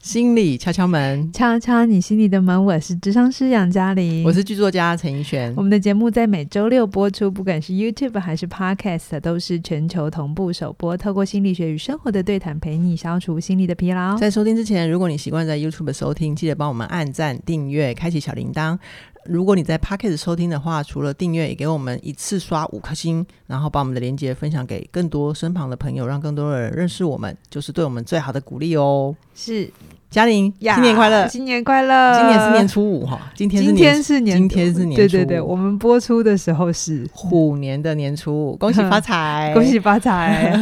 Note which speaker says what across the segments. Speaker 1: 心理敲敲门，
Speaker 2: 敲敲你心里的门，我是智商师杨嘉玲，
Speaker 1: 我是剧作家陈奕璇
Speaker 2: 我。们的节目在每周六播出，不管是 YouTube 还是 Podcast，都是全球同步首播。透过心理学与生活的对谈，陪你消除心理的疲劳。
Speaker 1: 在收听之前，如果你习惯在 YouTube 收听，记得帮我们按赞、订阅、开启小铃铛。如果你在 Pocket 收听的话，除了订阅，也给我们一次刷五颗星，然后把我们的链接分享给更多身旁的朋友，让更多人认识我们，就是对我们最好的鼓励哦。
Speaker 2: 是
Speaker 1: 嘉玲，
Speaker 2: 呀
Speaker 1: 新年快乐！
Speaker 2: 新年快乐！
Speaker 1: 今年是年，初五哈，今天是
Speaker 2: 今天是年，
Speaker 1: 今天是年初
Speaker 2: 对对对，我们播出的时候是。
Speaker 1: 虎年的年初五，恭喜发财！
Speaker 2: 恭喜发 财！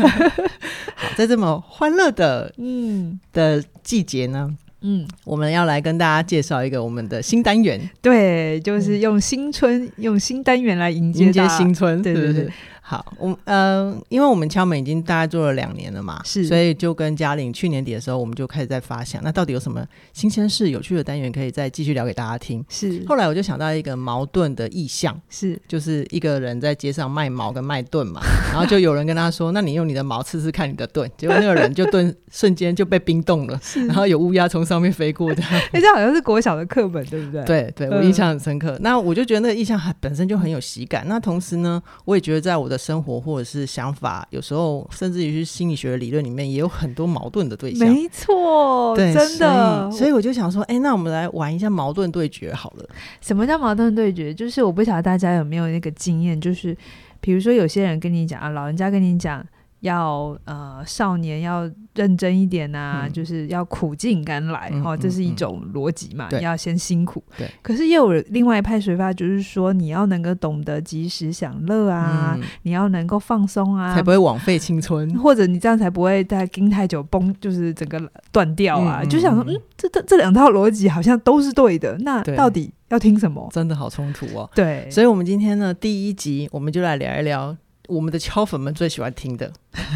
Speaker 1: 好！在这么欢乐的
Speaker 2: 嗯
Speaker 1: 的季节呢，
Speaker 2: 嗯，
Speaker 1: 我们要来跟大家介绍一个我们的新单元，
Speaker 2: 对，就是用新春、用新单元来迎
Speaker 1: 嗯
Speaker 2: 接
Speaker 1: 迎接
Speaker 2: 大
Speaker 1: 新春，
Speaker 2: 对
Speaker 1: 是不
Speaker 2: 对
Speaker 1: 是
Speaker 2: 对？
Speaker 1: 好，我们呃，因为我们敲门已经大概做了两年了嘛，
Speaker 2: 是
Speaker 1: 所以就跟嘉玲去年底的时候，我们就开始在发想，那到底有什么新鲜事、有趣的单元可以再继续聊给大家听？
Speaker 2: 是
Speaker 1: 后来我就想到一个矛盾的意象，
Speaker 2: 是
Speaker 1: 就是一个人在街上卖矛跟卖盾嘛， 然后就有人跟他说：“那你用你的矛刺刺看你的盾。”结果那个人就盾瞬间就被冰冻了，
Speaker 2: 是
Speaker 1: 然，后有乌鸦从上面飞过这样。
Speaker 2: 哎，这好像是国小的课本，对不对？
Speaker 1: 对对，我
Speaker 2: 嗯
Speaker 1: 印象很深刻。那我就觉得那个意象很本身就很有喜感。那同时呢，我也觉得在我的生活或者是想法，有时候甚至于是心理学的理论里面，也有很多矛盾的对象。
Speaker 2: 没错，
Speaker 1: 对，
Speaker 2: 真的。
Speaker 1: 所以，所以我就想说，哎，那我们来玩一下矛盾对决好了。
Speaker 2: 什么叫矛盾对决？就是我不晓得大家有没有那个经验，就是比如说有些人跟你讲啊，老人家跟你讲要呃少年要认真一点呐、
Speaker 1: 嗯
Speaker 2: 就是要苦尽甘来
Speaker 1: 嗯
Speaker 2: 哦，
Speaker 1: 嗯
Speaker 2: 这是一种逻辑嘛，
Speaker 1: 对
Speaker 2: 要先辛苦。
Speaker 1: 对。
Speaker 2: 可是也有另外一派说法，就是说你要能够懂得及时享乐啊，
Speaker 1: 嗯
Speaker 2: 你要能够放松啊
Speaker 1: 才。不会枉费青春。
Speaker 2: 或者你这样才不会在盯太久崩，就是整个断掉啊！
Speaker 1: 嗯嗯
Speaker 2: 就想说，
Speaker 1: 嗯
Speaker 2: 嗯，这这这两套逻辑好像都是对的，那
Speaker 1: 对
Speaker 2: 到底要听什么？
Speaker 1: 真的好冲突哦。
Speaker 2: 对，
Speaker 1: 所以，我们今天呢，第一集我们就来聊一聊我们的敲粉们最喜欢听的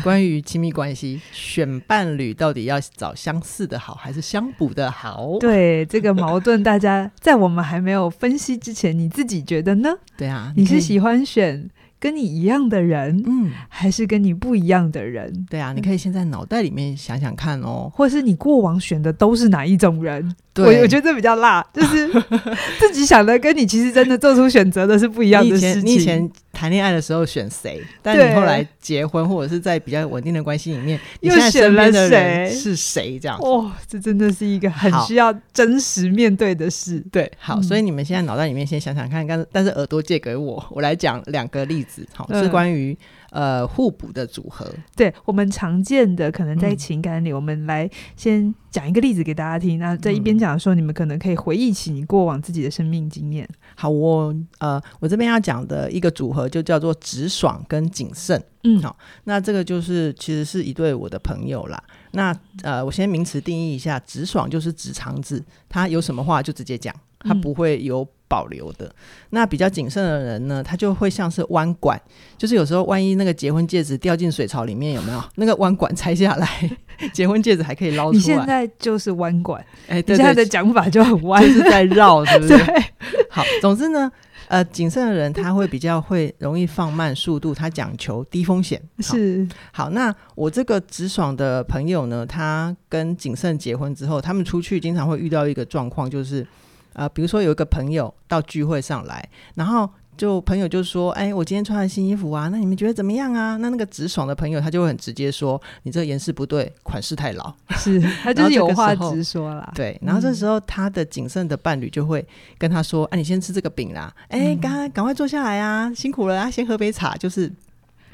Speaker 1: 关于亲密关系，选伴侣到底要找相似的好还是相补的好？
Speaker 2: 对这个矛盾，大家在我们还没有分析之前，你自己觉得呢？
Speaker 1: 对啊，
Speaker 2: 你
Speaker 1: 可
Speaker 2: 是
Speaker 1: 以
Speaker 2: 喜欢选跟你一样的人，
Speaker 1: 嗯，
Speaker 2: 还是跟你不一样的人？
Speaker 1: 对啊，你可以先在脑袋里面想想看哦。
Speaker 2: 或是你过往选的都是哪一种人？我
Speaker 1: 对，
Speaker 2: 我觉得这比较辣，就是 自己想的跟你其实真的做出选择的是不一样
Speaker 1: 你
Speaker 2: 的
Speaker 1: 以
Speaker 2: 事情。
Speaker 1: 前你以前谈恋爱的时候选谁，但
Speaker 2: 对
Speaker 1: 你后来结婚或者是在比较稳定的关系里面，你
Speaker 2: 又
Speaker 1: 现在身边的
Speaker 2: 选了
Speaker 1: 人
Speaker 2: 谁
Speaker 1: 是谁这样子？
Speaker 2: 哦，这真的是一个很
Speaker 1: 好
Speaker 2: 需要真实面对的事。
Speaker 1: 对，好，
Speaker 2: 嗯
Speaker 1: 所以你们现在脑袋里面先想想看，但是但是耳朵借给我，我来讲两个例子，好，
Speaker 2: 嗯
Speaker 1: 是关于呃互补的组合，
Speaker 2: 对我们常见的，可能在
Speaker 1: 嗯
Speaker 2: 情感里，我们来先讲一个例子给大家听。那在一边
Speaker 1: 嗯
Speaker 2: 讲的时候，你们可能可以回忆起你过往自己的生命经验。
Speaker 1: 好，我呃，我这边要讲的一个组合就叫做直爽跟谨慎。
Speaker 2: 嗯
Speaker 1: 好，那这个就是其实是一对我的朋友啦。那呃，我先名词定义一下，直爽就是直肠子，他有什么话就直接讲，他
Speaker 2: 嗯
Speaker 1: 不会有保留的。那比较谨慎的人呢，他就会像是弯管，就是有时候万一那个结婚戒指掉进水槽里面，有没有那个弯管拆下来， 结婚戒指还可以捞
Speaker 2: 你
Speaker 1: 出
Speaker 2: 现
Speaker 1: 来？
Speaker 2: 在就是弯管，
Speaker 1: 哎，
Speaker 2: 你
Speaker 1: 对
Speaker 2: 现在
Speaker 1: 对
Speaker 2: 的讲法就很弯
Speaker 1: 就。是 在绕，是不是
Speaker 2: 对？，
Speaker 1: 好，总之呢，呃，谨慎的人他会比较会容易放慢速度，他讲求低风险。好
Speaker 2: 是
Speaker 1: 好，那我这个直爽的朋友呢，他跟谨慎结婚之后，他们出去经常会遇到一个状况，就是呃，比如说有一个朋友到聚会上来，然后。就朋友就说：“哎、我今天穿了新衣服啊，那你们觉得怎么样啊？”那那个直爽的朋友他就会很直接说：“你这个颜色不对，款式太老。”
Speaker 2: 是，他
Speaker 1: 然
Speaker 2: 就
Speaker 1: 后
Speaker 2: 是
Speaker 1: 这
Speaker 2: 有
Speaker 1: 个
Speaker 2: 话
Speaker 1: 时候
Speaker 2: 直说啦。
Speaker 1: 对，然后这
Speaker 2: 嗯
Speaker 1: 时候他的谨慎的伴侣就会跟他说：“哎、你先吃这个饼啦，
Speaker 2: 嗯
Speaker 1: 哎、赶快赶快坐下来啊，辛苦了啊，先喝杯茶。”就是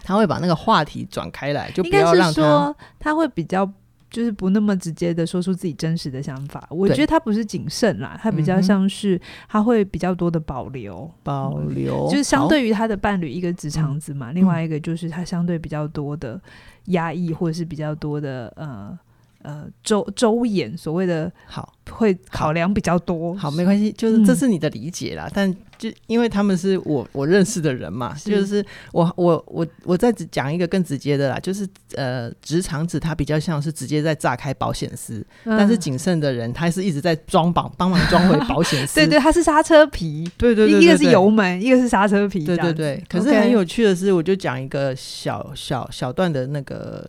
Speaker 1: 他会把那个话题转开来，就
Speaker 2: 应
Speaker 1: 不
Speaker 2: 该
Speaker 1: 要
Speaker 2: 是
Speaker 1: 让他
Speaker 2: 说他会比较。就是不那么直接的说出自己真实的想法，我
Speaker 1: 对
Speaker 2: 觉得他不是谨慎啦，他比
Speaker 1: 嗯
Speaker 2: 较
Speaker 1: 哼
Speaker 2: 像是他会比较多的保留，
Speaker 1: 保留，
Speaker 2: 嗯就是相
Speaker 1: 好嗯
Speaker 2: 对于他的伴侣，一个直肠子嘛，另外一个就是他相对比较多的压抑，或者是比较多的呃呃周周延，所谓的
Speaker 1: 好
Speaker 2: 会考量比较多。
Speaker 1: 好没关系，就是这
Speaker 2: 嗯
Speaker 1: 是你的理解啦。但就因为他们是我我认识的人嘛，
Speaker 2: 是
Speaker 1: 就是我我我我再只讲一个更直接的啦，就是呃，直肠子他比较像是直接在炸开保险丝，
Speaker 2: 嗯，
Speaker 1: 但是谨慎的人他是一直在装绑帮忙装回保险丝。
Speaker 2: 对对，他是刹车皮，
Speaker 1: 对对对，
Speaker 2: 一个
Speaker 1: 对
Speaker 2: 是油门，一个是刹车皮，
Speaker 1: 对
Speaker 2: 这样
Speaker 1: 对
Speaker 2: 子
Speaker 1: 对，可是很
Speaker 2: OK
Speaker 1: 有趣的是，我就讲一个小小小段的那个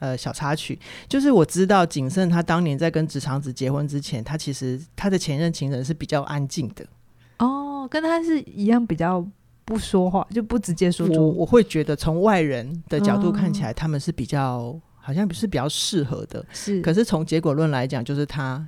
Speaker 1: 呃小插曲，就是我知道景胜他当年在跟直肠子结婚之前，他其实他的前任情人是比较安静的，
Speaker 2: 哦，跟他是一样，比较不说话，就不直接说
Speaker 1: 我
Speaker 2: 出。
Speaker 1: 我会觉得从外人的角度看起
Speaker 2: 哦
Speaker 1: 来，他们是比较好像是比较适合的，
Speaker 2: 是
Speaker 1: 可是从结果论来讲，就是他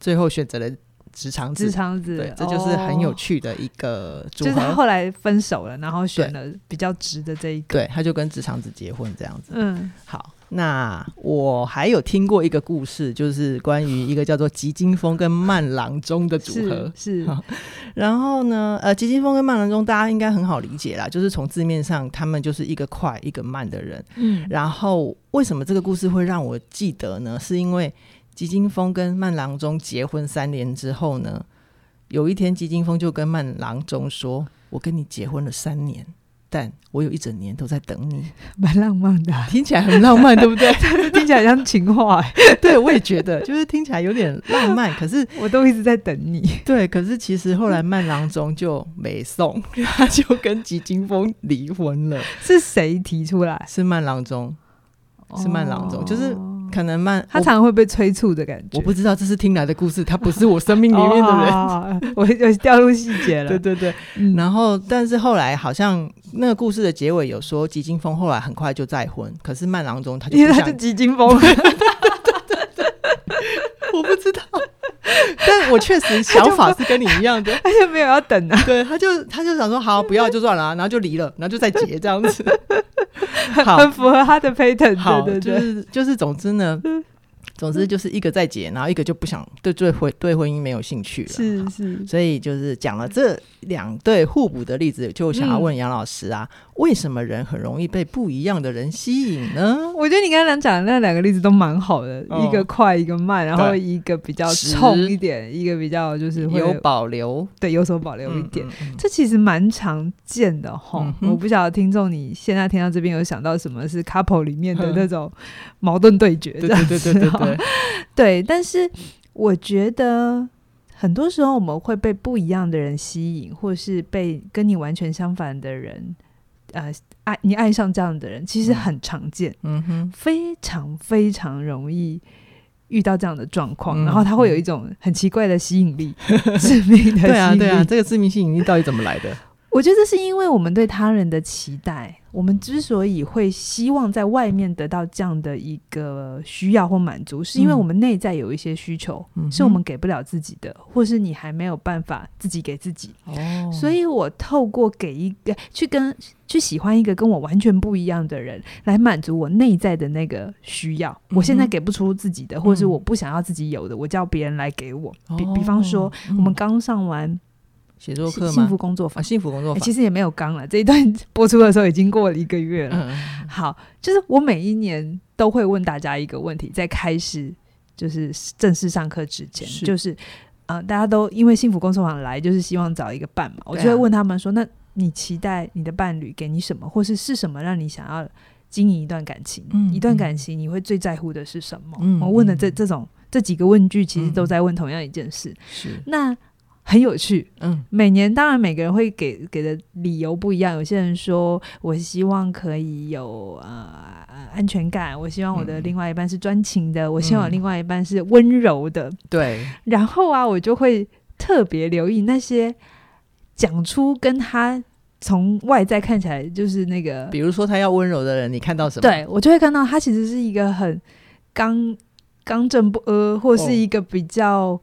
Speaker 1: 最后选择了直肠
Speaker 2: 直
Speaker 1: 子，
Speaker 2: 肠子，
Speaker 1: 对，这就是很有
Speaker 2: 哦
Speaker 1: 趣的一个组
Speaker 2: 就
Speaker 1: 合。
Speaker 2: 是他后来分手了，然后选了比较直的这一个。
Speaker 1: 对，他就跟直肠子结婚这样子。
Speaker 2: 嗯，
Speaker 1: 好，那我还有听过一个故事，就是关于一个叫做吉金风跟慢郎中的组合
Speaker 2: 是。是，
Speaker 1: 好然后呢，呃，吉金风跟慢郎中大家应该很好理解啦，就是从字面上他们就是一个快一个慢的人。
Speaker 2: 嗯，
Speaker 1: 然后为什么这个故事会让我记得呢？是因为吉金风跟慢郎中结婚三年之后呢，有一天吉金风就跟慢郎中说：“我跟你结婚了三年，但我有一整年都在等你。”
Speaker 2: 蛮浪漫的啊，
Speaker 1: 听起来很浪漫，对不对？
Speaker 2: 这听起来像情话 欸，
Speaker 1: 对，我也觉得，就是听起来有点浪漫。可 是，
Speaker 2: 我都一直在等你。
Speaker 1: 对，可是其实后来慢郎中就没送， 他就跟吉金风离婚了。
Speaker 2: 是谁提出来？
Speaker 1: 是慢郎中，是慢郎中就是
Speaker 2: 哦
Speaker 1: 可能慢
Speaker 2: 他
Speaker 1: 我
Speaker 2: 常常会被催促的感觉。
Speaker 1: 我不知道这是听来的故事，他不是我生命里面的 人。
Speaker 2: 哦，我 我掉入细节了。
Speaker 1: 对对对，
Speaker 2: 嗯
Speaker 1: 然后但是后来好像那个故事的结尾有说，吉金风后来很快就再婚，可是慢郎中他就
Speaker 2: 因为
Speaker 1: 不
Speaker 2: 他
Speaker 1: 想
Speaker 2: 是基金风，
Speaker 1: 我不知道， 但我确实想法是跟你一样的，
Speaker 2: 他就没有要等啊，
Speaker 1: 对，他就他就想说好不要就算了啊、然后就离了，然后就再结这样子。好
Speaker 2: 很符合他的 pattern。
Speaker 1: 好，
Speaker 2: 对对
Speaker 1: 就
Speaker 2: 对，
Speaker 1: 是就是总之呢，总之就是一个在结，然后一个就不想对对婚对婚姻没有兴趣了。
Speaker 2: 是
Speaker 1: 好
Speaker 2: 是，
Speaker 1: 所以就是讲了这两对互补的例子，就想
Speaker 2: 嗯
Speaker 1: 要问杨老师啊，为什么人很容易被不一样的人吸引呢？
Speaker 2: 我觉得你刚刚讲的那两个例子都蛮好的，
Speaker 1: 哦
Speaker 2: 一个快，一个慢，然后
Speaker 1: 对
Speaker 2: 一个比较
Speaker 1: 直
Speaker 2: 冲一点，一个比较就是会
Speaker 1: 有保留，
Speaker 2: 对有所保留一点。
Speaker 1: 嗯，嗯嗯
Speaker 2: 这其实蛮常见的哈
Speaker 1: 嗯，哼
Speaker 2: 我不晓得听众你现在听到这边有想到什么是 couple 里面的那种矛盾对决，
Speaker 1: 嗯对嗯对对对对 对，
Speaker 2: 对，但是我觉得很多时候我们会被不一样的人吸引，或是被跟你完全相反的人，呃，爱你爱上这样的人，其实
Speaker 1: 嗯
Speaker 2: 很常见，
Speaker 1: 嗯哼，
Speaker 2: 非常非常容易。遇到这样的状况，
Speaker 1: 嗯
Speaker 2: 然后他会有一种很奇怪的吸引力，致命的吸引力。
Speaker 1: 对啊对啊，这个致命吸引力到底怎么来的？
Speaker 2: 我觉得这是因为我们对他人的期待，我们之所以会希望在外面得到这样的一个需要或满足，是因为
Speaker 1: 嗯
Speaker 2: 我们内在有一些需求、
Speaker 1: 嗯哼
Speaker 2: 是我们给不了自己的，或是你还没有办法自己给自己。
Speaker 1: 哦
Speaker 2: 所以我透过给一个去跟去喜欢一个跟我完全不一样的人，来满足我内在的那个需要。
Speaker 1: 嗯哼
Speaker 2: 我现在给不出自己的，或是
Speaker 1: 嗯
Speaker 2: 我不想要自己有的，我叫别人来给我。比比方说，
Speaker 1: 哦
Speaker 2: 我们
Speaker 1: 嗯
Speaker 2: 刚上完
Speaker 1: 写作
Speaker 2: 幸
Speaker 1: 课
Speaker 2: 幸
Speaker 1: 吗
Speaker 2: 福？工作坊
Speaker 1: 啊，。幸福工作
Speaker 2: 欸
Speaker 1: 法，
Speaker 2: 其实也没有刚了，这一段播出的时候已经过了一个月了。
Speaker 1: 嗯，
Speaker 2: 好，就是我每一年都会问大家一个问题，在开始就是正式上课之前，
Speaker 1: 是
Speaker 2: 就是啊、呃大家都因为幸福工作坊来，就是希望找一个伴嘛，我
Speaker 1: 啊
Speaker 2: 就会问他们说，那你期待你的伴侣给你什么，或是是什么让你想要经营一段感情？
Speaker 1: 嗯
Speaker 2: 一段感情你会最在乎的是什么？
Speaker 1: 嗯
Speaker 2: 我问的
Speaker 1: 嗯
Speaker 2: 这
Speaker 1: 嗯
Speaker 2: 这种这几个问句，其实都
Speaker 1: 嗯
Speaker 2: 在问同样一件事。
Speaker 1: 是，
Speaker 2: 那很有趣，
Speaker 1: 嗯
Speaker 2: 每年当然每个人会给给的理由不一样，有些人说我希望可以有呃呃安全感，我希望我的
Speaker 1: 嗯
Speaker 2: 另外一半是专情的，我希望我
Speaker 1: 嗯
Speaker 2: 另外一半是温柔的。
Speaker 1: 对，
Speaker 2: 然后啊，我就会特别留意那些讲出跟他从外在看起来就是那个，
Speaker 1: 比如说他要温柔的人，你看到什么？
Speaker 2: 对我就会看到他其实是一个很刚刚正不阿，或
Speaker 1: 哦
Speaker 2: 是一个比较。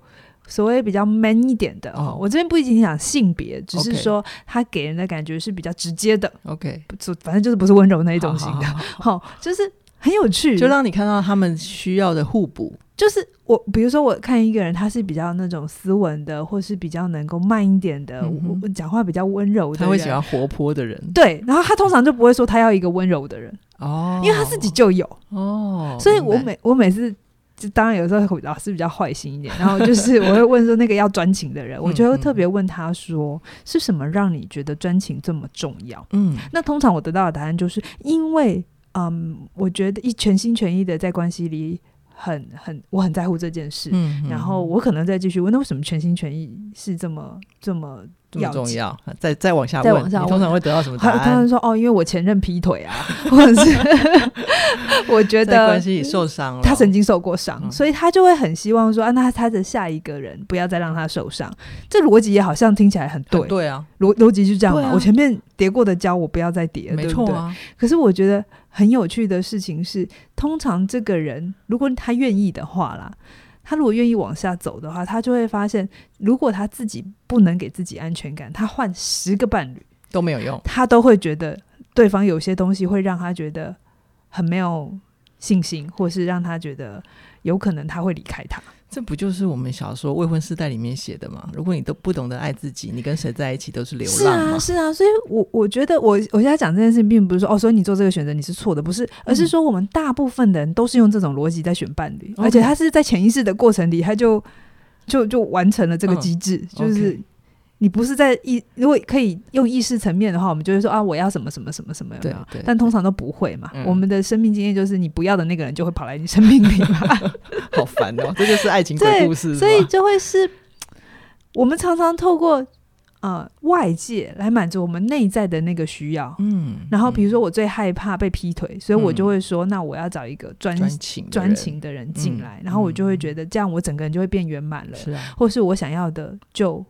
Speaker 2: 所谓比较 man 一点的，
Speaker 1: 哦
Speaker 2: 我这边不一定讲性别，只是
Speaker 1: OK
Speaker 2: 说他给人的感觉是比较直接的，
Speaker 1: ，OK，
Speaker 2: 不就反正就是不是温柔那
Speaker 1: 那
Speaker 2: 一种型的，
Speaker 1: 的，
Speaker 2: 好 就是很有趣，
Speaker 1: 就让你看到他们需要的互补。
Speaker 2: 就是我，比如说我看一个人，他是比较那种斯文的，或是比较能够慢一点的，
Speaker 1: 嗯哼
Speaker 2: 我我讲话比较温柔的，
Speaker 1: 他会喜。欢活泼的人
Speaker 2: 对，然后他通常就不会说他要一个温柔的人，
Speaker 1: 哦
Speaker 2: 因为他自己就有，
Speaker 1: 哦，
Speaker 2: 所以我
Speaker 1: 明白
Speaker 2: 每我每次就当然有时候老师比较坏心一点，然后就是 我会问说那个要专情的
Speaker 1: 嗯
Speaker 2: 人，我就会特别问他说是什么让你觉得专情这么重要？
Speaker 1: 嗯
Speaker 2: 那通常我得到的答案就是因为嗯，我觉得一全心全意的在关系里很很我很在乎这件事。
Speaker 1: 嗯，
Speaker 2: 然后我可能再继续问，那为什么全心全意是这么这么
Speaker 1: 这么
Speaker 2: 要
Speaker 1: 重
Speaker 2: 紧
Speaker 1: 要，再再往下
Speaker 2: 再
Speaker 1: 问，
Speaker 2: 往下
Speaker 1: 你
Speaker 2: 问
Speaker 1: 通常会得到什么答
Speaker 2: 他他
Speaker 1: 案
Speaker 2: 们？说哦，因为我前任劈腿啊，或者是我觉
Speaker 1: 在
Speaker 2: 得
Speaker 1: 关系里受伤了，
Speaker 2: 他曾经受过伤，
Speaker 1: 哦嗯
Speaker 2: 所以他就会很希望说，啊，那他的下一个人不要再让他受伤。这逻辑也好像听起来很对
Speaker 1: 很，对啊，
Speaker 2: 逻逻辑就这样嘛。
Speaker 1: 对啊
Speaker 2: 我前面叠过的胶，我不要再叠了，
Speaker 1: 没
Speaker 2: 对不
Speaker 1: 错
Speaker 2: 对？
Speaker 1: 啊，
Speaker 2: 可是我觉得很有趣的事情是，通常这个人如果他愿意的话啦，他如果愿意往下走的话，他就会发现，如果他自己不能给自己安全感，他换十个伴侣，
Speaker 1: 都没有用。
Speaker 2: 他都会觉得对方有些东西会让他觉得很没有信心，或是让他觉得有可能他会离开他。
Speaker 1: 这不就是我们小说《未婚世代》里面写的吗？如果你都不懂得爱自己，你跟谁在一起都是流
Speaker 2: 是
Speaker 1: 浪嘛。
Speaker 2: 啊，是啊，所以我我觉得我我现在讲这件事情，并不是说哦，所以你做这个选择你是错的，不是，而是说我们大部分的人都是用这种逻辑在选伴侣，
Speaker 1: 嗯 OK
Speaker 2: 而且他是在潜意识的过程里，他就就就完成了这个机制，就
Speaker 1: 嗯
Speaker 2: 是
Speaker 1: OK
Speaker 2: 你不是在意，如果可以用意识层面的话，我们就会说啊，我要什么什么什么什么，有没有
Speaker 1: 对对
Speaker 2: 但通常都不会嘛。
Speaker 1: 嗯
Speaker 2: 我们的生命经验就是你不要的那个人就会跑来你生命里嘛，
Speaker 1: 好烦哦，这就是爱情
Speaker 2: 对
Speaker 1: 鬼故事，
Speaker 2: 所以
Speaker 1: 是吗
Speaker 2: 就会是我们常常透过呃外界来满足我们内在的那个需要。
Speaker 1: 嗯，
Speaker 2: 然后比如
Speaker 1: 嗯
Speaker 2: 说我最害怕被劈腿，所以我
Speaker 1: 嗯
Speaker 2: 就会说，那我要找一个专
Speaker 1: 专情的
Speaker 2: 专
Speaker 1: 人
Speaker 2: 情的人进
Speaker 1: 嗯
Speaker 2: 来，然后我就会
Speaker 1: 嗯
Speaker 2: 觉得这样我整个人就会变圆满了，
Speaker 1: 是啊，
Speaker 2: 或是我想要的就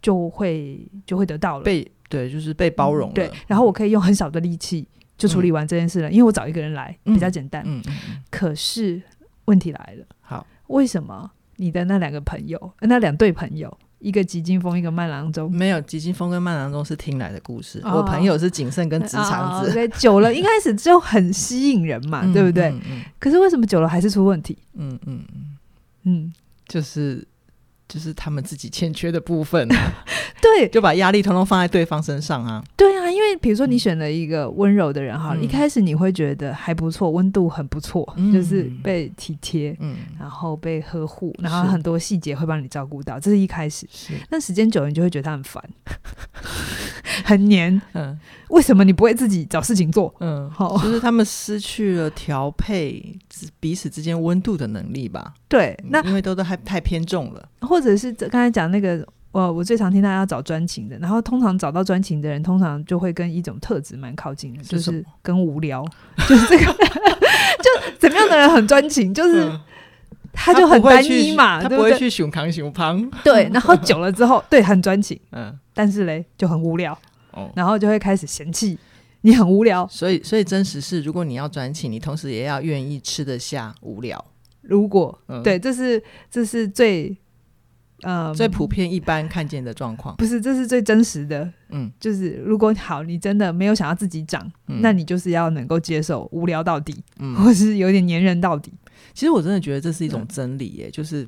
Speaker 2: 就会就会得到了，
Speaker 1: 被对就是被包容了，
Speaker 2: 嗯对，然后我可以用很少的力气就处理完这件事了，因为我找一个人来比较简单。
Speaker 1: 嗯嗯嗯，
Speaker 2: 可是问题来了。
Speaker 1: 好，
Speaker 2: 为什么你的那两个朋友，呃那两对朋友，一个急惊风，一个慢郎中？
Speaker 1: 没有吉金风跟曼郎中是听来的故事，
Speaker 2: 哦
Speaker 1: 我朋友是谨慎跟直肠
Speaker 2: 啊
Speaker 1: 子，
Speaker 2: 对，久了一开始就很吸引人嘛，
Speaker 1: 哦嗯
Speaker 2: 对不对？？
Speaker 1: 嗯
Speaker 2: 可是为什么久了还是出问题？
Speaker 1: 嗯嗯嗯，
Speaker 2: 嗯，
Speaker 1: 就是就是他们自己欠缺的部分啊，
Speaker 2: 对
Speaker 1: 就把压力统统放在对方身上啊，
Speaker 2: 对啊，因为比如说你选了一个温柔的人哈，
Speaker 1: 嗯
Speaker 2: 一开始你会觉得还不错，温度很不错，
Speaker 1: 嗯
Speaker 2: 就是被体贴，
Speaker 1: 嗯，
Speaker 2: 然后被呵护，然后
Speaker 1: 是
Speaker 2: 很多细节会帮你照顾到，这是一开始。
Speaker 1: 是，
Speaker 2: 但时间久了，你就会觉得他很烦， 很黏。
Speaker 1: 嗯
Speaker 2: 为什么你不会自己找事情做？
Speaker 1: 嗯。
Speaker 2: 好、
Speaker 1: 就是他们失去了调配之彼此之间温度的能力吧，
Speaker 2: 对，
Speaker 1: 嗯
Speaker 2: 那
Speaker 1: 因为都都太太偏重了，
Speaker 2: 或者是这刚才讲那个，呃，我最常听到要找专情的，然后通常找到专情的人，通常就会跟一种特质蛮靠近的，就是
Speaker 1: 什么
Speaker 2: 是跟无聊， 就是这个，就怎么样的人很专情，就是、
Speaker 1: 嗯
Speaker 2: 他就很
Speaker 1: 不会
Speaker 2: 单
Speaker 1: 去
Speaker 2: 一嘛，
Speaker 1: 他
Speaker 2: 对
Speaker 1: 不会
Speaker 2: 对？
Speaker 1: 去熊扛熊 胖，
Speaker 2: 对，然后久了之后， 对，很专情，
Speaker 1: 嗯
Speaker 2: 但是嘞就很无聊，
Speaker 1: 哦，
Speaker 2: 然后就会开始嫌弃 你很无聊。
Speaker 1: 所以所以真实是，如果你要专情，你同时也要愿意吃得下无聊，
Speaker 2: 如果、
Speaker 1: 嗯
Speaker 2: 对，这是这是最呃
Speaker 1: 最普遍一般看见的状况，
Speaker 2: 不是，这是最真实的。
Speaker 1: 嗯，
Speaker 2: 就是如果好，你真的没有想要自己长，
Speaker 1: 嗯
Speaker 2: 那你就是要能够接受无聊到底，
Speaker 1: 嗯，
Speaker 2: 或是有点粘人到底。
Speaker 1: 其实我真的觉得这是一种
Speaker 2: 嗯
Speaker 1: 真理耶，就是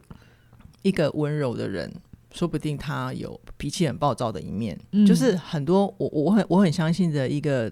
Speaker 1: 一个温柔的人，说不定他有脾气很暴躁的一面，
Speaker 2: 嗯
Speaker 1: 就是很多我我很我很相信的一个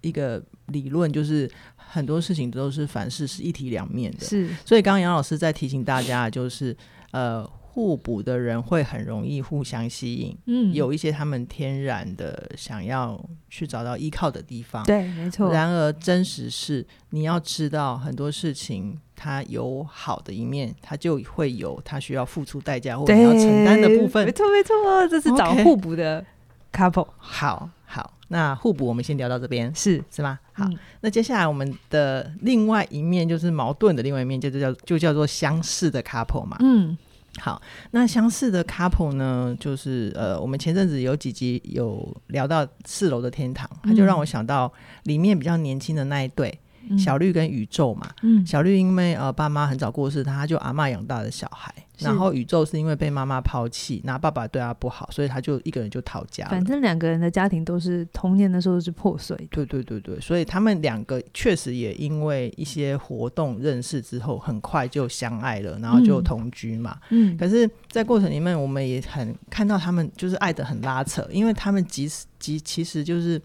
Speaker 1: 一个理论，就是很多事情都是凡事是一体两面的，
Speaker 2: 是，
Speaker 1: 所以刚刚杨老师在提醒大家，的就是呃，互补的人会很容易互相吸引，
Speaker 2: 嗯
Speaker 1: 有一些他们天然的想要去找到依靠的地方。
Speaker 2: 对，没错，
Speaker 1: 然而，真实是你要知道很多事情，它有好的一面，它就会有它需要付出代价或者
Speaker 2: 对
Speaker 1: 你要承担的部
Speaker 2: 没
Speaker 1: 分。
Speaker 2: 错没错，这是找
Speaker 1: OK
Speaker 2: 互补的 couple，
Speaker 1: 好好，那互补我们先聊到这边，
Speaker 2: 是
Speaker 1: 是吗？好，
Speaker 2: 嗯
Speaker 1: 那接下来我们的另外一面就是矛盾的另外一面，就叫就叫做相似的 couple 嘛。
Speaker 2: 嗯
Speaker 1: 好，那相似的 couple 呢，就是呃，我们前阵子有几集有聊到四楼的天堂，它就让我想到里面比较年轻的那一对、
Speaker 2: 嗯
Speaker 1: 小绿跟宇宙嘛。
Speaker 2: 嗯
Speaker 1: 小绿因为呃爸妈很早过世，他就阿嬷养大的小孩，
Speaker 2: 是
Speaker 1: 然后宇宙是因为被妈妈抛弃，那爸爸对他不好，所以他就一个人就逃家了
Speaker 2: 反。正两个人的家庭都是童年的时候是破碎的，
Speaker 1: 对对对对，所以他们两个确实也因为一些活动认识之后，很快就相爱了，然后就
Speaker 2: 嗯
Speaker 1: 同居嘛。
Speaker 2: 嗯
Speaker 1: 可是，在过程里面，我们也很看到他们就是爱的很拉扯，因为他们即使即其实就是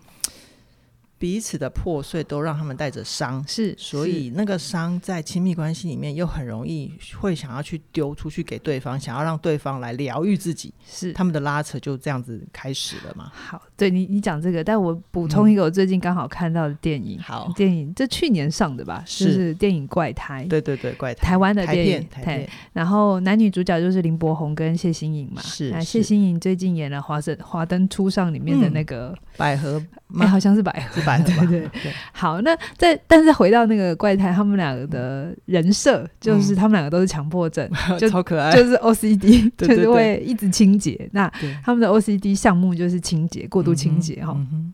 Speaker 1: 彼此的破碎，都让他们带着伤，
Speaker 2: 是，
Speaker 1: 所
Speaker 2: 是
Speaker 1: 以那个伤在亲密关系里面又很容易会想要去丢出去给对方，想要让对方来疗愈自己，
Speaker 2: 是
Speaker 1: 他们的拉扯就这样子开始了嘛。
Speaker 2: 好，对你你讲这个，但我补充一个我最近刚好看到的电影，
Speaker 1: 好
Speaker 2: 电影这去年上的吧，就是是电影《怪胎》，
Speaker 1: 对对对，怪胎
Speaker 2: 台湾的
Speaker 1: 台
Speaker 2: 电
Speaker 1: 片
Speaker 2: 影，
Speaker 1: 台
Speaker 2: 对
Speaker 1: 片，
Speaker 2: 然后男女主角就是林柏宏跟谢欣颖嘛，
Speaker 1: 是
Speaker 2: 那
Speaker 1: 是
Speaker 2: 谢欣颖最近演了《华灯华灯初上》里面的那个，
Speaker 1: 百合
Speaker 2: 哎、
Speaker 1: 吗？
Speaker 2: 好像是百合，
Speaker 1: 反了吧？
Speaker 2: 对对 好，那再但是回到那个怪胎，他们两个的人设就是
Speaker 1: 嗯
Speaker 2: 他们两个都是强迫症，就
Speaker 1: 超可爱。
Speaker 2: 就是 OCD，
Speaker 1: 对
Speaker 2: 就
Speaker 1: 对
Speaker 2: 是
Speaker 1: 对
Speaker 2: 会一直清洁。那
Speaker 1: 对
Speaker 2: 他们的 OCD 项目就是清洁，过度清洁哈、
Speaker 1: 嗯哼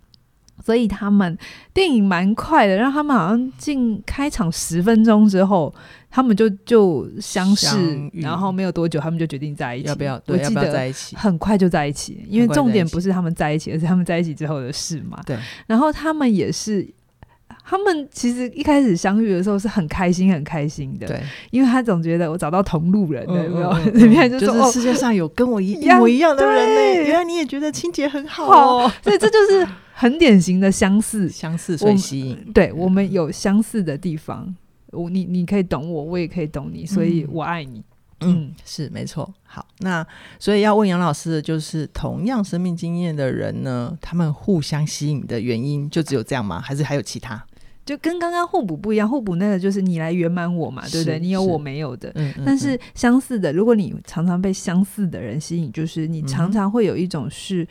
Speaker 2: 所以他们电影蛮快的，让他们好像进开场十分钟之后，他们就就相
Speaker 1: 相
Speaker 2: 识，
Speaker 1: 遇
Speaker 2: 然后没有多久他们就决定在一起。
Speaker 1: 要不要？
Speaker 2: 我
Speaker 1: 对，要
Speaker 2: 记
Speaker 1: 不要
Speaker 2: 得
Speaker 1: 在一起？
Speaker 2: 很快就在一起，因为
Speaker 1: 很快就
Speaker 2: 重点
Speaker 1: 在一起
Speaker 2: 不是他们在一起，而是他们在一起之后的事嘛。
Speaker 1: 对，
Speaker 2: 然后他们也是，他们其实一开始相遇的时候是很开心，很开心的，
Speaker 1: 对，
Speaker 2: 因为他总觉得我找到同路人了，有没有？
Speaker 1: 嗯嗯嗯
Speaker 2: 里面就
Speaker 1: 就
Speaker 2: 说
Speaker 1: 是
Speaker 2: 哦，
Speaker 1: 世界上有跟我一
Speaker 2: 一
Speaker 1: 一
Speaker 2: 样
Speaker 1: 模一样的人
Speaker 2: 对
Speaker 1: 呢。原来你也觉得清洁很好哦，
Speaker 2: 所以这就是很典型的相似，
Speaker 1: 相似
Speaker 2: 我
Speaker 1: 所以
Speaker 2: 们
Speaker 1: 吸引。
Speaker 2: 对我们有相似的地方。我你你可以懂我，我也可以懂你，所以我爱你。
Speaker 1: 嗯，
Speaker 2: 嗯，
Speaker 1: 是没错。好，那所以要问杨老师的就是，同样生命经验的人呢，他们互相吸引的原因就只有这样吗？还是还有其他？
Speaker 2: 就跟刚刚互补不一样，互补那个就是你来圆满我嘛，对不对？
Speaker 1: 是
Speaker 2: 你有
Speaker 1: 是
Speaker 2: 我没有的，
Speaker 1: 嗯，嗯
Speaker 2: 但
Speaker 1: 嗯
Speaker 2: 是相似的，如果你常常被相似的人吸引，就是你常常会有一种是，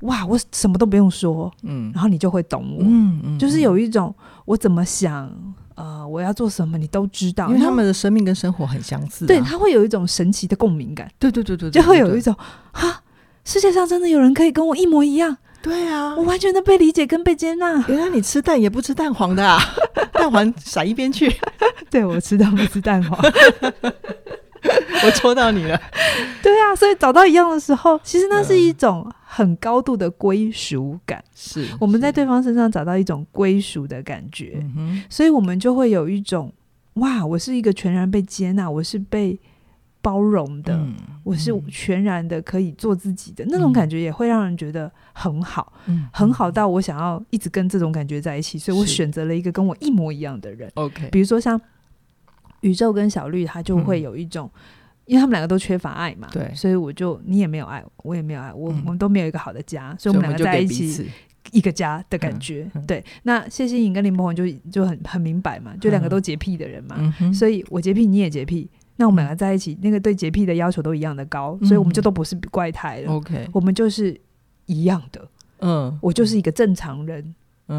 Speaker 2: 哇，我什么都不用说，
Speaker 1: 嗯
Speaker 2: 然后你就会懂我，
Speaker 1: 嗯嗯，
Speaker 2: 就是
Speaker 1: 嗯
Speaker 2: 有一种我怎么想，呃，我要做什么，你都知道，
Speaker 1: 因为
Speaker 2: 然
Speaker 1: 他
Speaker 2: 后
Speaker 1: 们的生命跟生活很相似啊、
Speaker 2: 对他会有一种神奇的共鸣感，
Speaker 1: 对对对对，
Speaker 2: 就
Speaker 1: 对
Speaker 2: 会
Speaker 1: 对
Speaker 2: 有一种啊，世界上真的有人可以跟我一模一样，
Speaker 1: 对啊
Speaker 2: 我。完全的被理解跟被接纳。
Speaker 1: 原来你吃蛋也不吃蛋黄的啊，蛋黄甩一边 去，
Speaker 2: 对我吃到不吃蛋黄，
Speaker 1: 我戳到你了。
Speaker 2: 对啊，所以找到一样的时候，其实那
Speaker 1: 啊
Speaker 2: 是一种很高度的归属感。
Speaker 1: 是
Speaker 2: 我们在
Speaker 1: 是
Speaker 2: 对方身上找到一种归属的感觉，
Speaker 1: 嗯哼，
Speaker 2: 所以我们就会有一种哇，我是一个全然被接纳，我是被包容的，
Speaker 1: 嗯
Speaker 2: 我是
Speaker 1: 嗯
Speaker 2: 全然的可以做自己的、那种感觉，也会让人觉得很好，
Speaker 1: 嗯
Speaker 2: 很好到我想要一直跟这种感觉在一起，所以我
Speaker 1: 是
Speaker 2: 选择了一个跟我一模一样的人，
Speaker 1: OK，
Speaker 2: 比如说像宇宙跟小绿，他就会
Speaker 1: 嗯
Speaker 2: 有一种。因为他们两个都缺乏爱嘛，
Speaker 1: 对
Speaker 2: 所以我就你也没有爱，我也没有爱，我、
Speaker 1: 嗯
Speaker 2: 我们都没有一个好的家，
Speaker 1: 所
Speaker 2: 所以
Speaker 1: 以
Speaker 2: 我
Speaker 1: 我们
Speaker 2: 们两
Speaker 1: 就
Speaker 2: 个在
Speaker 1: 给
Speaker 2: 一
Speaker 1: 彼
Speaker 2: 起
Speaker 1: 此
Speaker 2: 一个家的感觉。
Speaker 1: 嗯嗯
Speaker 2: 对，那谢欣颖跟林柏宏就就很很明白嘛，就两个都洁癖的人嘛，
Speaker 1: 嗯哼，
Speaker 2: 所以我洁癖，你也洁癖，那我们两个在一起，那个对洁癖的要求都一样的高，
Speaker 1: 嗯哦
Speaker 2: 所以我们就都不是怪胎了，
Speaker 1: OK，
Speaker 2: 我们就是一样的，
Speaker 1: 嗯，
Speaker 2: 我就是一个正常人。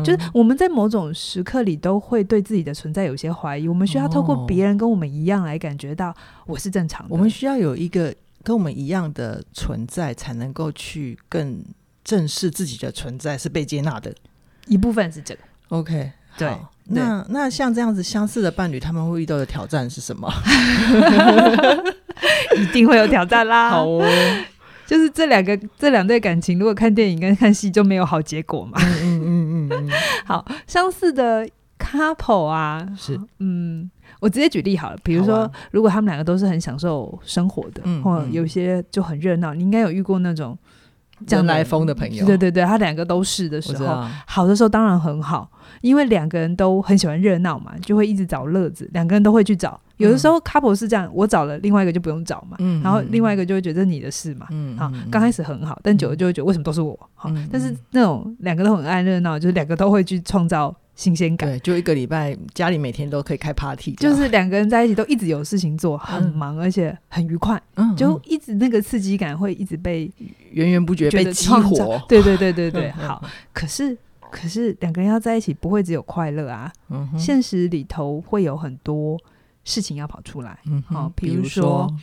Speaker 2: 就是我们在某种时刻里都会对自己的存在有些怀疑，我们需要透过
Speaker 1: 哦
Speaker 2: 别人跟我们一样来感觉到我是正常的。
Speaker 1: 我们需要有一个跟我们一样的存在，才能够去更正视自己的存在是被接纳的。
Speaker 2: 一部分是这个，
Speaker 1: OK，
Speaker 2: 对
Speaker 1: 好那那像这样子相似的伴侣，他们会遇到的挑战是什么？
Speaker 2: 一定会有挑 战啦。
Speaker 1: 哦，
Speaker 2: 就是这两个这两对感情，如果看电影跟看戏就没有好结果嘛。
Speaker 1: 嗯嗯嗯嗯，
Speaker 2: 好，相似的 couple 啊，
Speaker 1: 是，
Speaker 2: 嗯，我直接举例好了，比如说，
Speaker 1: 好啊
Speaker 2: 如果他们两个都是很享受生活的，
Speaker 1: 嗯
Speaker 2: 或
Speaker 1: 嗯
Speaker 2: 有些就很热闹，你应该有遇过那种这样
Speaker 1: 人
Speaker 2: 的
Speaker 1: 来
Speaker 2: 人
Speaker 1: 疯的朋友，
Speaker 2: 对对对，他两个都是的
Speaker 1: 我
Speaker 2: 时
Speaker 1: 知
Speaker 2: 候。
Speaker 1: 道，
Speaker 2: 好的时候当然很好，因为两个人都很喜欢热闹嘛，就会一直找乐子，两个人都会去找。有的时候 couple 是这样，我找了，另外一个就不用找嘛，
Speaker 1: 嗯
Speaker 2: 然后另外一
Speaker 1: 个，
Speaker 2: 个就会觉得这是你的事嘛，
Speaker 1: 嗯
Speaker 2: 好，刚开
Speaker 1: 始
Speaker 2: 始很好，但久了就会觉得为什么都是我？好
Speaker 1: 嗯，
Speaker 2: 但是
Speaker 1: 嗯
Speaker 2: 那种两个都很爱热闹，就是两个都会去创造新鲜感，
Speaker 1: 对，就一个礼拜，家里每天都可以开 party，这
Speaker 2: 就
Speaker 1: 样
Speaker 2: 是两个人在一起都一直有事情做，很
Speaker 1: 嗯
Speaker 2: 忙，而且很愉快，
Speaker 1: 嗯
Speaker 2: 就
Speaker 1: 嗯
Speaker 2: 一直那个刺激感会一直被
Speaker 1: 源源不绝
Speaker 2: 觉
Speaker 1: 被
Speaker 2: 得
Speaker 1: 激
Speaker 2: 创造
Speaker 1: 活，
Speaker 2: 对对对 对对，
Speaker 1: 嗯嗯
Speaker 2: 好。可是可是两个人要在一起，不会只有快乐啊，
Speaker 1: 嗯哼
Speaker 2: 现实里头会有很多事情要跑出来。
Speaker 1: 嗯
Speaker 2: 好
Speaker 1: 哼
Speaker 2: 比
Speaker 1: 比
Speaker 2: 如说
Speaker 1: 说，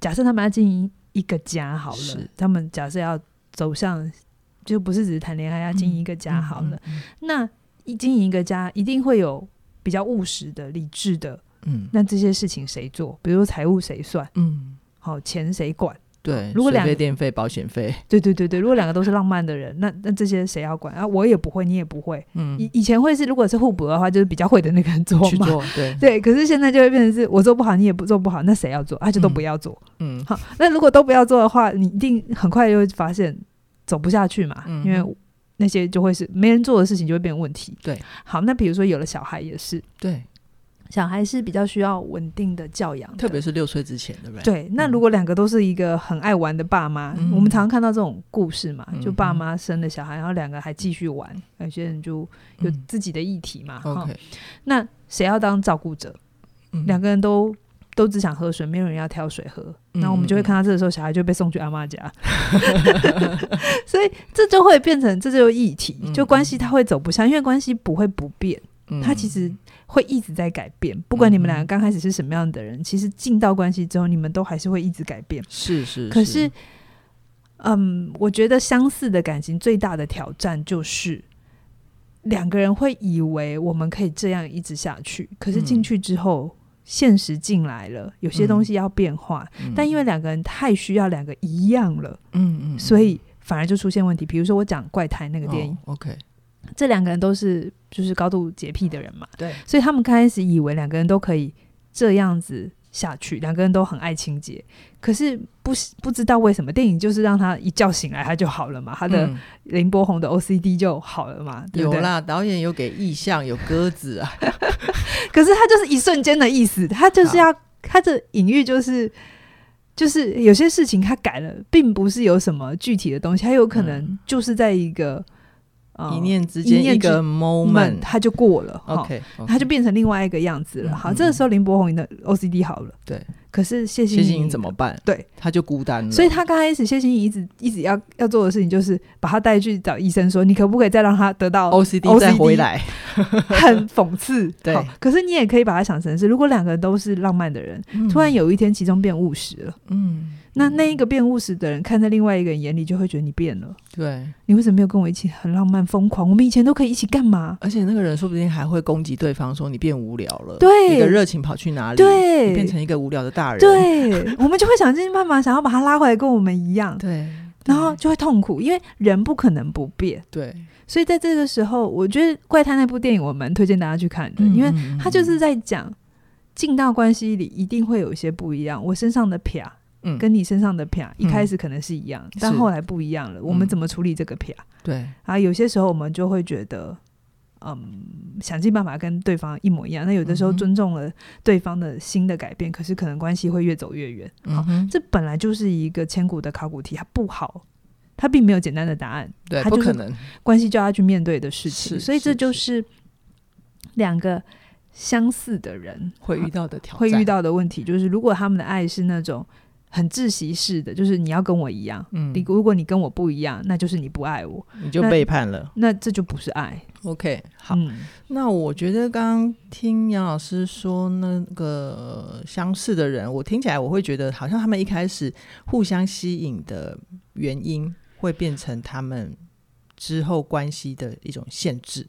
Speaker 2: 假设他们要经营一个家好了
Speaker 1: 是，
Speaker 2: 他们假设要走向，就不是只是谈恋爱，要经营一个家好了。
Speaker 1: 嗯，
Speaker 2: 那一经营一个家，一定会有比较务实的、理智的。
Speaker 1: 嗯嗯
Speaker 2: 那这些事情谁做？比如说财务谁算？
Speaker 1: 嗯，
Speaker 2: 好、钱谁管？
Speaker 1: 对，
Speaker 2: 如果
Speaker 1: 水
Speaker 2: 两
Speaker 1: 费
Speaker 2: 个
Speaker 1: 电费、保险费，
Speaker 2: 对对对对，如果两个都是浪漫的人，那 那这些谁要管啊？我也不会，你也不会。
Speaker 1: 嗯
Speaker 2: 以以前会是，如果是互补的话，就是比较会的那个人做
Speaker 1: 去
Speaker 2: 嘛。
Speaker 1: 做，对，
Speaker 2: 对，可是现在就会变成是我做不好，你也不做不好，那谁要做？啊，就都不要做。
Speaker 1: 嗯
Speaker 2: 好，那如果都不要做的话，你一定很快就会发现走不下去嘛，
Speaker 1: 嗯
Speaker 2: 因为那些就会是没人做的事情就会变问题。
Speaker 1: 对，
Speaker 2: 好，那比如说有了小孩也是，
Speaker 1: 对，
Speaker 2: 小孩是比较需要稳定的教养的，
Speaker 1: 特别是六岁之前，对不对？
Speaker 2: 对。那如果两个都是一个很爱玩的爸妈，
Speaker 1: 嗯
Speaker 2: 我们常常看到这种故事嘛，就爸
Speaker 1: 嗯哼
Speaker 2: 妈生了小孩，然后两个还继续玩，有些人就有
Speaker 1: 嗯
Speaker 2: 自己的议题嘛。哈
Speaker 1: ，OK，
Speaker 2: 那谁要当照顾者？
Speaker 1: 嗯
Speaker 2: 两个人都都只想喝水，没有人要挑水喝。
Speaker 1: 嗯
Speaker 2: 然后我们就会看到这个时候，小孩就被送去阿妈家， 所以这就会变成这就是议题，
Speaker 1: 嗯
Speaker 2: 就关系它会走不下，因为关系不会不变，
Speaker 1: 嗯
Speaker 2: 它其实会一直在改变。不管你们两个刚开始是什么样的人，其实进到关系之后，你们都还是会一直改变。
Speaker 1: 是是，
Speaker 2: 可是，嗯，我觉得相似的感情最大的挑战就是两个人会以为我们可以这样一直下去，可是进
Speaker 1: 嗯
Speaker 2: 去之后，现实进来了，有些东西要变化，
Speaker 1: 嗯
Speaker 2: 但因为两个人太需要两个一样了，
Speaker 1: 嗯嗯，
Speaker 2: 所以反而就出现问题。比如说我讲《怪胎》那个电影，
Speaker 1: 哦 OK，
Speaker 2: 这两个人都是就是高度洁癖的人嘛，
Speaker 1: 对，
Speaker 2: 所以他们刚开始以为两个人都可以这样子下去，两个人都很爱清洁，可是不是不知道为什么电影就是让他一觉醒来他就好了嘛，他的
Speaker 1: 嗯
Speaker 2: 林柏宏的 OCD 就好了嘛，对不
Speaker 1: 有
Speaker 2: 对？
Speaker 1: 啦，导演有给意象，有鸽子啊，
Speaker 2: 可是他就是一瞬间的意思，他就是要他的隐喻就是。就是有些事情他改了，并不是有什么具体的东西，他有可能
Speaker 1: 嗯
Speaker 2: 就是在一个、呃
Speaker 1: 一念之
Speaker 2: 一
Speaker 1: 间
Speaker 2: 念
Speaker 1: 一
Speaker 2: 之
Speaker 1: 个 moment，
Speaker 2: 他就过了。哈
Speaker 1: OK，
Speaker 2: 他就变成另外一个样子了。
Speaker 1: 嗯
Speaker 2: 好，
Speaker 1: 嗯
Speaker 2: 这个时候林柏宏的 OCD 好了，
Speaker 1: 对。
Speaker 2: 可是谢欣
Speaker 1: 谢欣
Speaker 2: 颖
Speaker 1: 颖怎
Speaker 2: 么？
Speaker 1: 么办？
Speaker 2: 嗯对，
Speaker 1: 他就孤单了，
Speaker 2: 所以他刚开始谢欣颖一直一直要要做的事情就是把他带去找医生说，你可不可以再让他得到
Speaker 1: OCD 再回，来，
Speaker 2: 很讽刺。
Speaker 1: 哦 对
Speaker 2: 好，可是你也可以把他想成是，如果两个人都是浪漫的人，突然
Speaker 1: 有
Speaker 2: 有一天其中变务实了，
Speaker 1: 嗯，
Speaker 2: 那那一个变务实的人看在另外一个人眼里，就会觉得你变了。
Speaker 1: 对，
Speaker 2: 你为什么没有跟我一起很浪漫疯狂？我们以前都可以一起干嘛？
Speaker 1: 而且那个人说不定还会攻击对方，说你变无聊了，
Speaker 2: 对
Speaker 1: 你的呃热情跑去哪里？，
Speaker 2: 对，
Speaker 1: 你变成一个无聊的大人，
Speaker 2: 对，我们就会想尽办法想要把他拉回来跟我们一样，
Speaker 1: 对，
Speaker 2: 然后就会痛苦，因为人不可能不变。
Speaker 1: 对，
Speaker 2: 所以在这个时候，我觉得《怪胎》那部电影我蛮推荐大家去看
Speaker 1: 嗯
Speaker 2: 的，因为他就是在讲进到关系里一定会有一些不一样。我身上的撇
Speaker 1: 嗯
Speaker 2: 跟你身上的撇一
Speaker 1: 嗯
Speaker 2: 开始可能是一样，但
Speaker 1: 是
Speaker 2: 后来不一样了。我们
Speaker 1: 嗯
Speaker 2: 怎么处理这个撇？
Speaker 1: 对，
Speaker 2: 啊，有些时候我们就会觉得，嗯，想尽办法跟对方一模一样。那有的时候
Speaker 1: 嗯哼
Speaker 2: 尊重了对方的新的改变，可是可能关系会越走越远。好
Speaker 1: 嗯哼
Speaker 2: 这本来就是一个千古的考古题，它不好，它并没有简单的答案，
Speaker 1: 对，
Speaker 2: 他
Speaker 1: 不
Speaker 2: 就是
Speaker 1: 可能，
Speaker 2: 关系就要去面对的事情。
Speaker 1: 是
Speaker 2: 所以这
Speaker 1: 是
Speaker 2: 就是两个相似的人
Speaker 1: 会遇到的挑战，
Speaker 2: 会遇，到的问题，就是如果他们的爱是那种很窒息式的，就是你要跟我一样。
Speaker 1: 嗯
Speaker 2: 你，如果你跟我不一样，那就是你不爱我，
Speaker 1: 你就
Speaker 2: 那
Speaker 1: 背叛了。
Speaker 2: 那这就不是爱。
Speaker 1: OK，好，
Speaker 2: 嗯
Speaker 1: 那我觉得刚刚听杨老师说那个相似的人，我听起来我会觉得好像他们一开始互相吸引的原因，会变成他们之后关系的一种限制。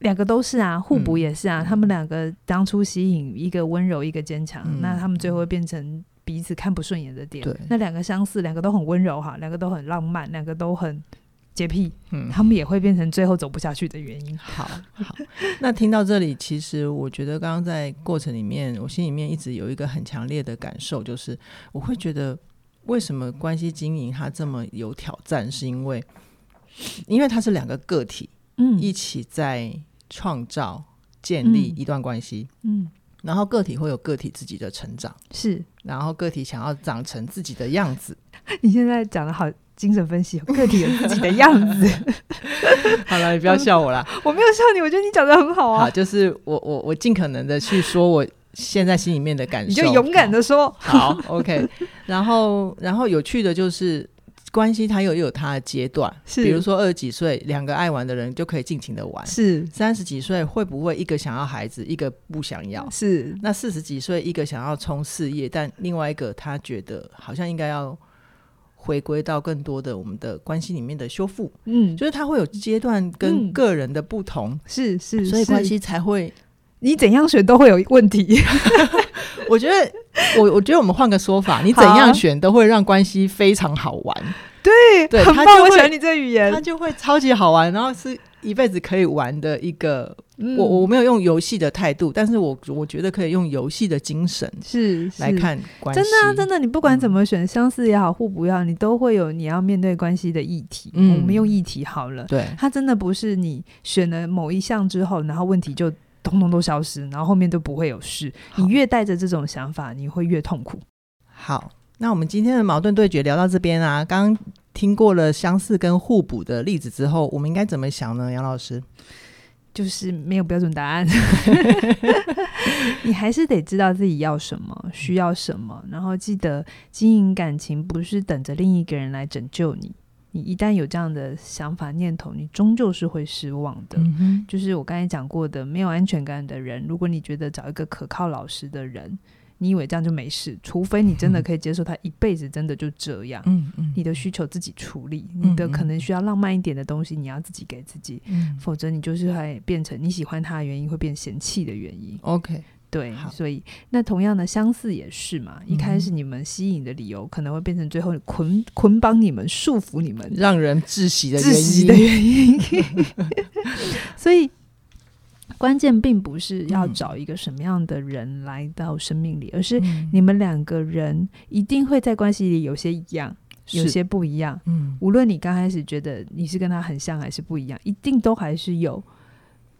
Speaker 2: 两个都是啊，互补也是啊。
Speaker 1: 嗯
Speaker 2: 他们两个当初吸引一个温柔，一个坚强，
Speaker 1: 嗯
Speaker 2: 那他们最后会变成彼此看不顺眼的点
Speaker 1: 对。
Speaker 2: 那两个相似，两个都很温柔哈，两个都很浪漫，两个都很洁癖，
Speaker 1: 嗯，
Speaker 2: 他们也会变成最后走不下去的原因。
Speaker 1: 好好。 那听到这里，其实我觉得刚刚在过程里面，我心里面一直有一个很强烈的感受，就是我会觉得为什么关系经营它这么有挑战，是因为因为它是两个个体，
Speaker 2: 嗯
Speaker 1: 一起在创造、建立
Speaker 2: 嗯
Speaker 1: 一段关系，
Speaker 2: 嗯，
Speaker 1: 然后个体会有个体自己的成长，
Speaker 2: 是
Speaker 1: 然后个体想要长成自己的样子。
Speaker 2: 你现在讲的好。精神分析，个体有自己的样 子。
Speaker 1: 好了，你不要笑我啦。
Speaker 2: 我没有笑你，我觉得你讲的很好啊
Speaker 1: 嗯好，。就是我我我尽可能的去说我现在心里面的感受，
Speaker 2: 你就勇敢的说，
Speaker 1: 好 OK。然后然后有趣的就是。关系它又有它的阶段，
Speaker 2: 是
Speaker 1: 比如说二十几岁，两个爱玩的人就可以尽情的玩；
Speaker 2: 是
Speaker 1: 三十几岁会不会一个想要孩子，一个不想要？
Speaker 2: 是，
Speaker 1: 那四十几岁，一个想要冲事业，但另外一个他觉得好像应该要回归到更多的我们的关系里面的修复，
Speaker 2: 嗯，
Speaker 1: 就是他会有阶段
Speaker 2: 嗯
Speaker 1: 跟个人的不同，
Speaker 2: 是是，
Speaker 1: 所以
Speaker 2: 是
Speaker 1: 关系才会。
Speaker 2: 你怎样选都会有问题。
Speaker 1: 我觉得，我我觉得我们换个说法，你
Speaker 2: 好啊
Speaker 1: 怎样选都会让关系非常好玩，
Speaker 2: 对
Speaker 1: 对
Speaker 2: 很
Speaker 1: 他
Speaker 2: 棒，
Speaker 1: 就
Speaker 2: 我
Speaker 1: 会
Speaker 2: 喜欢你这语言
Speaker 1: 它。就会超级好玩，然后是一辈子可以玩的一个。
Speaker 2: 嗯
Speaker 1: 我我没有用游戏的态度，但是我我觉得可以用游戏的精神
Speaker 2: 是
Speaker 1: 来，看关
Speaker 2: 是
Speaker 1: 系。
Speaker 2: 真的啊，真的，你不管
Speaker 1: 嗯
Speaker 2: 怎么选，相似也好，互补也好，你都会有你要面对关系的议题。
Speaker 1: 嗯
Speaker 2: 我们用议题好了，
Speaker 1: 对，
Speaker 2: 它真的不是你选了某一项之后，然后问题就。通通都消失，然后后面都不会有事。
Speaker 1: 好
Speaker 2: 你越带着这种想法，你会越痛苦。
Speaker 1: 好，那我们今天的矛盾对决聊到这边啊，刚刚听过了相似跟互补的例子之后，我们应该怎么想呢？杨老师，
Speaker 2: 就是没有标准答案， 你还是得知道自己要什
Speaker 1: 嗯
Speaker 2: 么，需要什么，然后记得经营感情不是等着另一个人来拯救你。你一旦有这样的想法念头，你终究是会失望的。
Speaker 1: 嗯
Speaker 2: 就是我刚才讲过的，没有安全感的人，如果你觉得找一个可靠老实的人，你以为这样就没事，除非你真的可以接受他一辈子真的就这样。
Speaker 1: 嗯嗯
Speaker 2: 你的需求自己处理，
Speaker 1: 嗯
Speaker 2: 你的可
Speaker 1: 嗯
Speaker 2: 能需要浪漫一点的东西，你要自己给自己，
Speaker 1: 嗯
Speaker 2: 否则你就是会变成你喜欢他的原因会变嫌弃的原因。
Speaker 1: ，OK，
Speaker 2: 对
Speaker 1: 好，嗯
Speaker 2: 所以那同样的相似也是嘛，一开始你们吸引的理由可能会变成最后捆捆绑你们、束缚你们、
Speaker 1: 让人窒息的原
Speaker 2: 窒
Speaker 1: 因，
Speaker 2: 息的原因。所以关键并不是要
Speaker 1: 嗯
Speaker 2: 找一个什么样的人来到生命里，而是
Speaker 1: 嗯
Speaker 2: 你们两个人一定会在关系里有些一样，有
Speaker 1: 是
Speaker 2: 些不一样。
Speaker 1: 嗯
Speaker 2: 无论你刚开始觉得你是跟他很像还是不一样，一定都还是有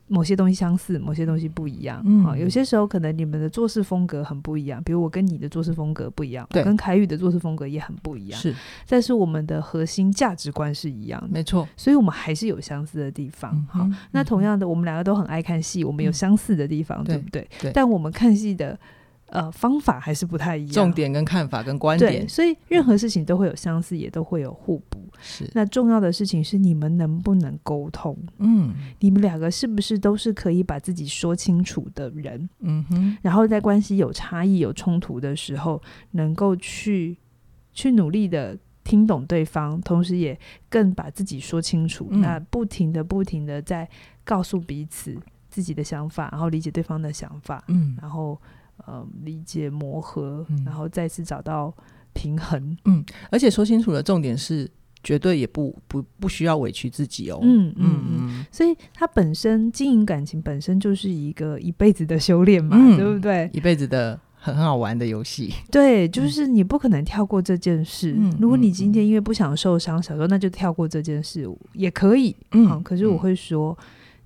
Speaker 2: 某些东西相似，某些东西不一样。
Speaker 1: 嗯
Speaker 2: 啊有些时候可能你们的做事风格很不一样，比如我跟你的做事风格不一样，
Speaker 1: 对
Speaker 2: 我跟凯宇的做事风格也很不一样。
Speaker 1: 是
Speaker 2: 但是我们的核心价值观是一样的，
Speaker 1: 没错，
Speaker 2: 所以我们还是有相似的地方。
Speaker 1: 嗯
Speaker 2: 好，
Speaker 1: 哼
Speaker 2: 那同样的，我们两个都很爱看戏，我们有
Speaker 1: 嗯
Speaker 2: 相似的地方，
Speaker 1: 对
Speaker 2: 对不对？
Speaker 1: 对
Speaker 2: 但我们看戏的呃方法还是不太一样。
Speaker 1: 嗯重点跟看法跟观
Speaker 2: 对，
Speaker 1: 点嗯
Speaker 2: 所以任何事情都会有相似，也都会有互补。
Speaker 1: 是，
Speaker 2: 那重要的事情是你们能不能沟通？
Speaker 1: 嗯
Speaker 2: 你们两个是不是都是可以把自己说清楚的人？
Speaker 1: 嗯哼，
Speaker 2: 然后在关系有差异、有冲突的时候，能够去去努力的听懂对方，同时也更把自己说清楚。
Speaker 1: 嗯
Speaker 2: 那不停的、不停的在告诉彼此自己的想法，然后理解对方的想法，
Speaker 1: 嗯
Speaker 2: 然后呃理解磨合
Speaker 1: 嗯，
Speaker 2: 然后再次找到平衡。
Speaker 1: 而且说清楚的重点是，绝对也不不不需要委屈自己哦，
Speaker 2: 嗯嗯嗯。所以它本身经营感情本身就是一个一辈子的修炼嘛，
Speaker 1: 嗯
Speaker 2: 对不对？
Speaker 1: 一辈子的很很好玩的游戏，
Speaker 2: 对，就是你不可能跳过这件事。
Speaker 1: 嗯
Speaker 2: 如果
Speaker 1: 嗯
Speaker 2: 你今天因为不想受伤，想说那就跳过这件事也可以，嗯好、可是我会说，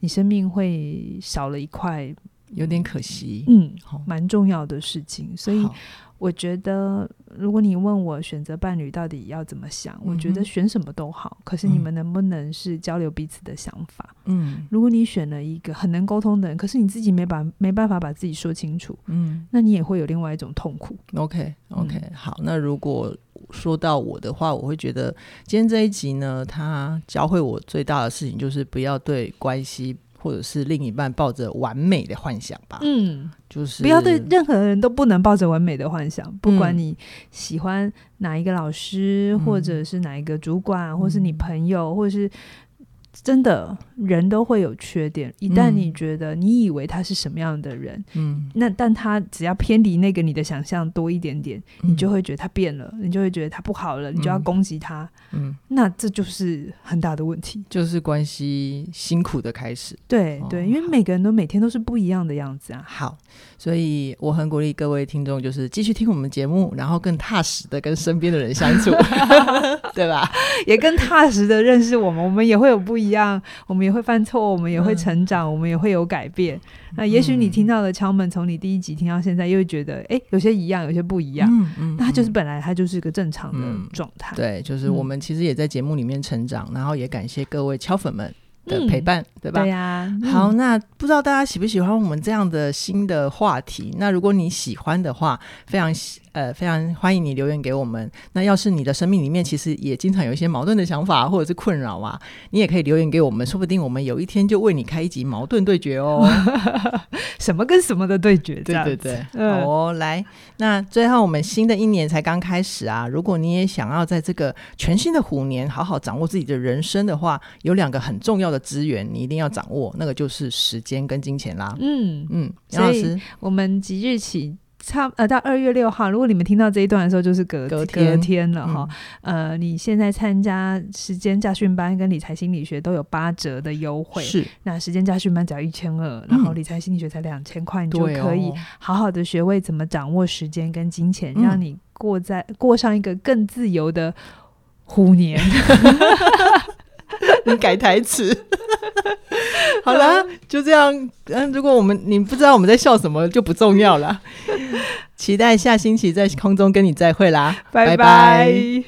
Speaker 2: 你生命会少了一块，
Speaker 1: 有点可惜，
Speaker 2: 嗯，
Speaker 1: 好
Speaker 2: 蛮重要的事情。所以
Speaker 1: 好
Speaker 2: 我觉得，如果你问我选择伴侣到底要怎么想，我觉
Speaker 1: 嗯
Speaker 2: 得
Speaker 1: 哼
Speaker 2: 选什么都好，可是你
Speaker 1: 嗯
Speaker 2: 们能不能是交流彼此的想法？
Speaker 1: 嗯
Speaker 2: 如果你选了一个很能沟通的人，可是你自己没把没办法把自己说清楚，
Speaker 1: 嗯
Speaker 2: 那你也会有另外一种痛苦。
Speaker 1: ，OK
Speaker 2: 嗯
Speaker 1: OK，、好，那如果说到我的话，我会觉得今天这一集呢，它教会我最大的事情就是不要对关系或者是另一半抱着完美的幻想吧，
Speaker 2: 嗯，
Speaker 1: 就是
Speaker 2: 不要对任何人都不能抱着完美的幻想，不管你喜欢哪一个老师，
Speaker 1: 嗯
Speaker 2: 或者是哪一个主管，或是你朋友，或者是。真的，人都会有缺点。一旦
Speaker 1: 嗯
Speaker 2: 你觉得你以为他是什么样的人，
Speaker 1: 嗯，
Speaker 2: 那但他只要偏离那个你的想象多一点点，你
Speaker 1: 你
Speaker 2: 就会觉得他变了，你就会觉得他不好了，你就要
Speaker 1: 嗯
Speaker 2: 攻击他。
Speaker 1: 嗯，
Speaker 2: 那这就是很大的问题。
Speaker 1: 就是关系辛苦的开始。
Speaker 2: 对
Speaker 1: 哦
Speaker 2: 对，因为每个人都每天都是不一样的样子 啊。
Speaker 1: 好，所以我很鼓励各位听众，就是继续听我们节目，然后更踏实的跟身边的人 相处，对吧？
Speaker 2: 也更踏实的认识我们，我们也会有不一样，我们也会犯错，我们也会
Speaker 1: 嗯
Speaker 2: 成长，我们也会有改变。那也许你
Speaker 1: 嗯
Speaker 2: 听到的敲门，从你第一集听到现在，又会觉得诶，有些一样，有些不一样。
Speaker 1: 嗯嗯
Speaker 2: 那它就是
Speaker 1: 嗯
Speaker 2: 本来它就是个正常
Speaker 1: 嗯
Speaker 2: 的状态。
Speaker 1: 对，就是
Speaker 2: 嗯
Speaker 1: 我们其实也在节目里面成长，然后也感谢各位敲粉们的陪伴，对吧？
Speaker 2: 嗯对呀，嗯
Speaker 1: 好，，那不知道大家喜不喜欢我们这样的新的话题？那如果你喜欢的话，非常喜呃非常欢迎你留言给我们。那要是你的生命里面其实也经常有一些矛盾的想法或者是困扰啊，你也可以留言给我们，说不定我们有一天就为你开一集矛盾对决哦。
Speaker 2: 什么跟什么的对决，这
Speaker 1: 对
Speaker 2: 样
Speaker 1: 对
Speaker 2: 子
Speaker 1: 对，
Speaker 2: 嗯
Speaker 1: 好哦，来，那最后我们新的一年才刚开始啊，如果你也想要在这个全新的虎年好好掌握自己的人生的话，有两个很重要的资源你一定要掌握，那个就是时间跟金钱啦。
Speaker 2: 嗯，
Speaker 1: 嗯，杨老
Speaker 2: 所以
Speaker 1: 师，
Speaker 2: 我们即日起差呃到二月六号，如果你们听到这一段的时候，就是隔
Speaker 1: 隔天嗯
Speaker 2: 了哈。呃，你现在参加时间驾训班跟理财心理学都有八折的优惠，
Speaker 1: 是
Speaker 2: 那时间驾训班只要一千二，然后
Speaker 1: 嗯
Speaker 2: 理财心理学才两千块，你就
Speaker 1: 对哦
Speaker 2: 可以好好的学会怎么掌握时间跟金钱，
Speaker 1: 嗯
Speaker 2: 让你过在过上一个更自由的。虎 年，
Speaker 1: 你改台词。 好 啦，就这样。嗯，如果我们你不知道我们在笑什么，就不重 要了。期待下星期在空中跟你再会啦，
Speaker 2: 拜
Speaker 1: 拜
Speaker 2: 拜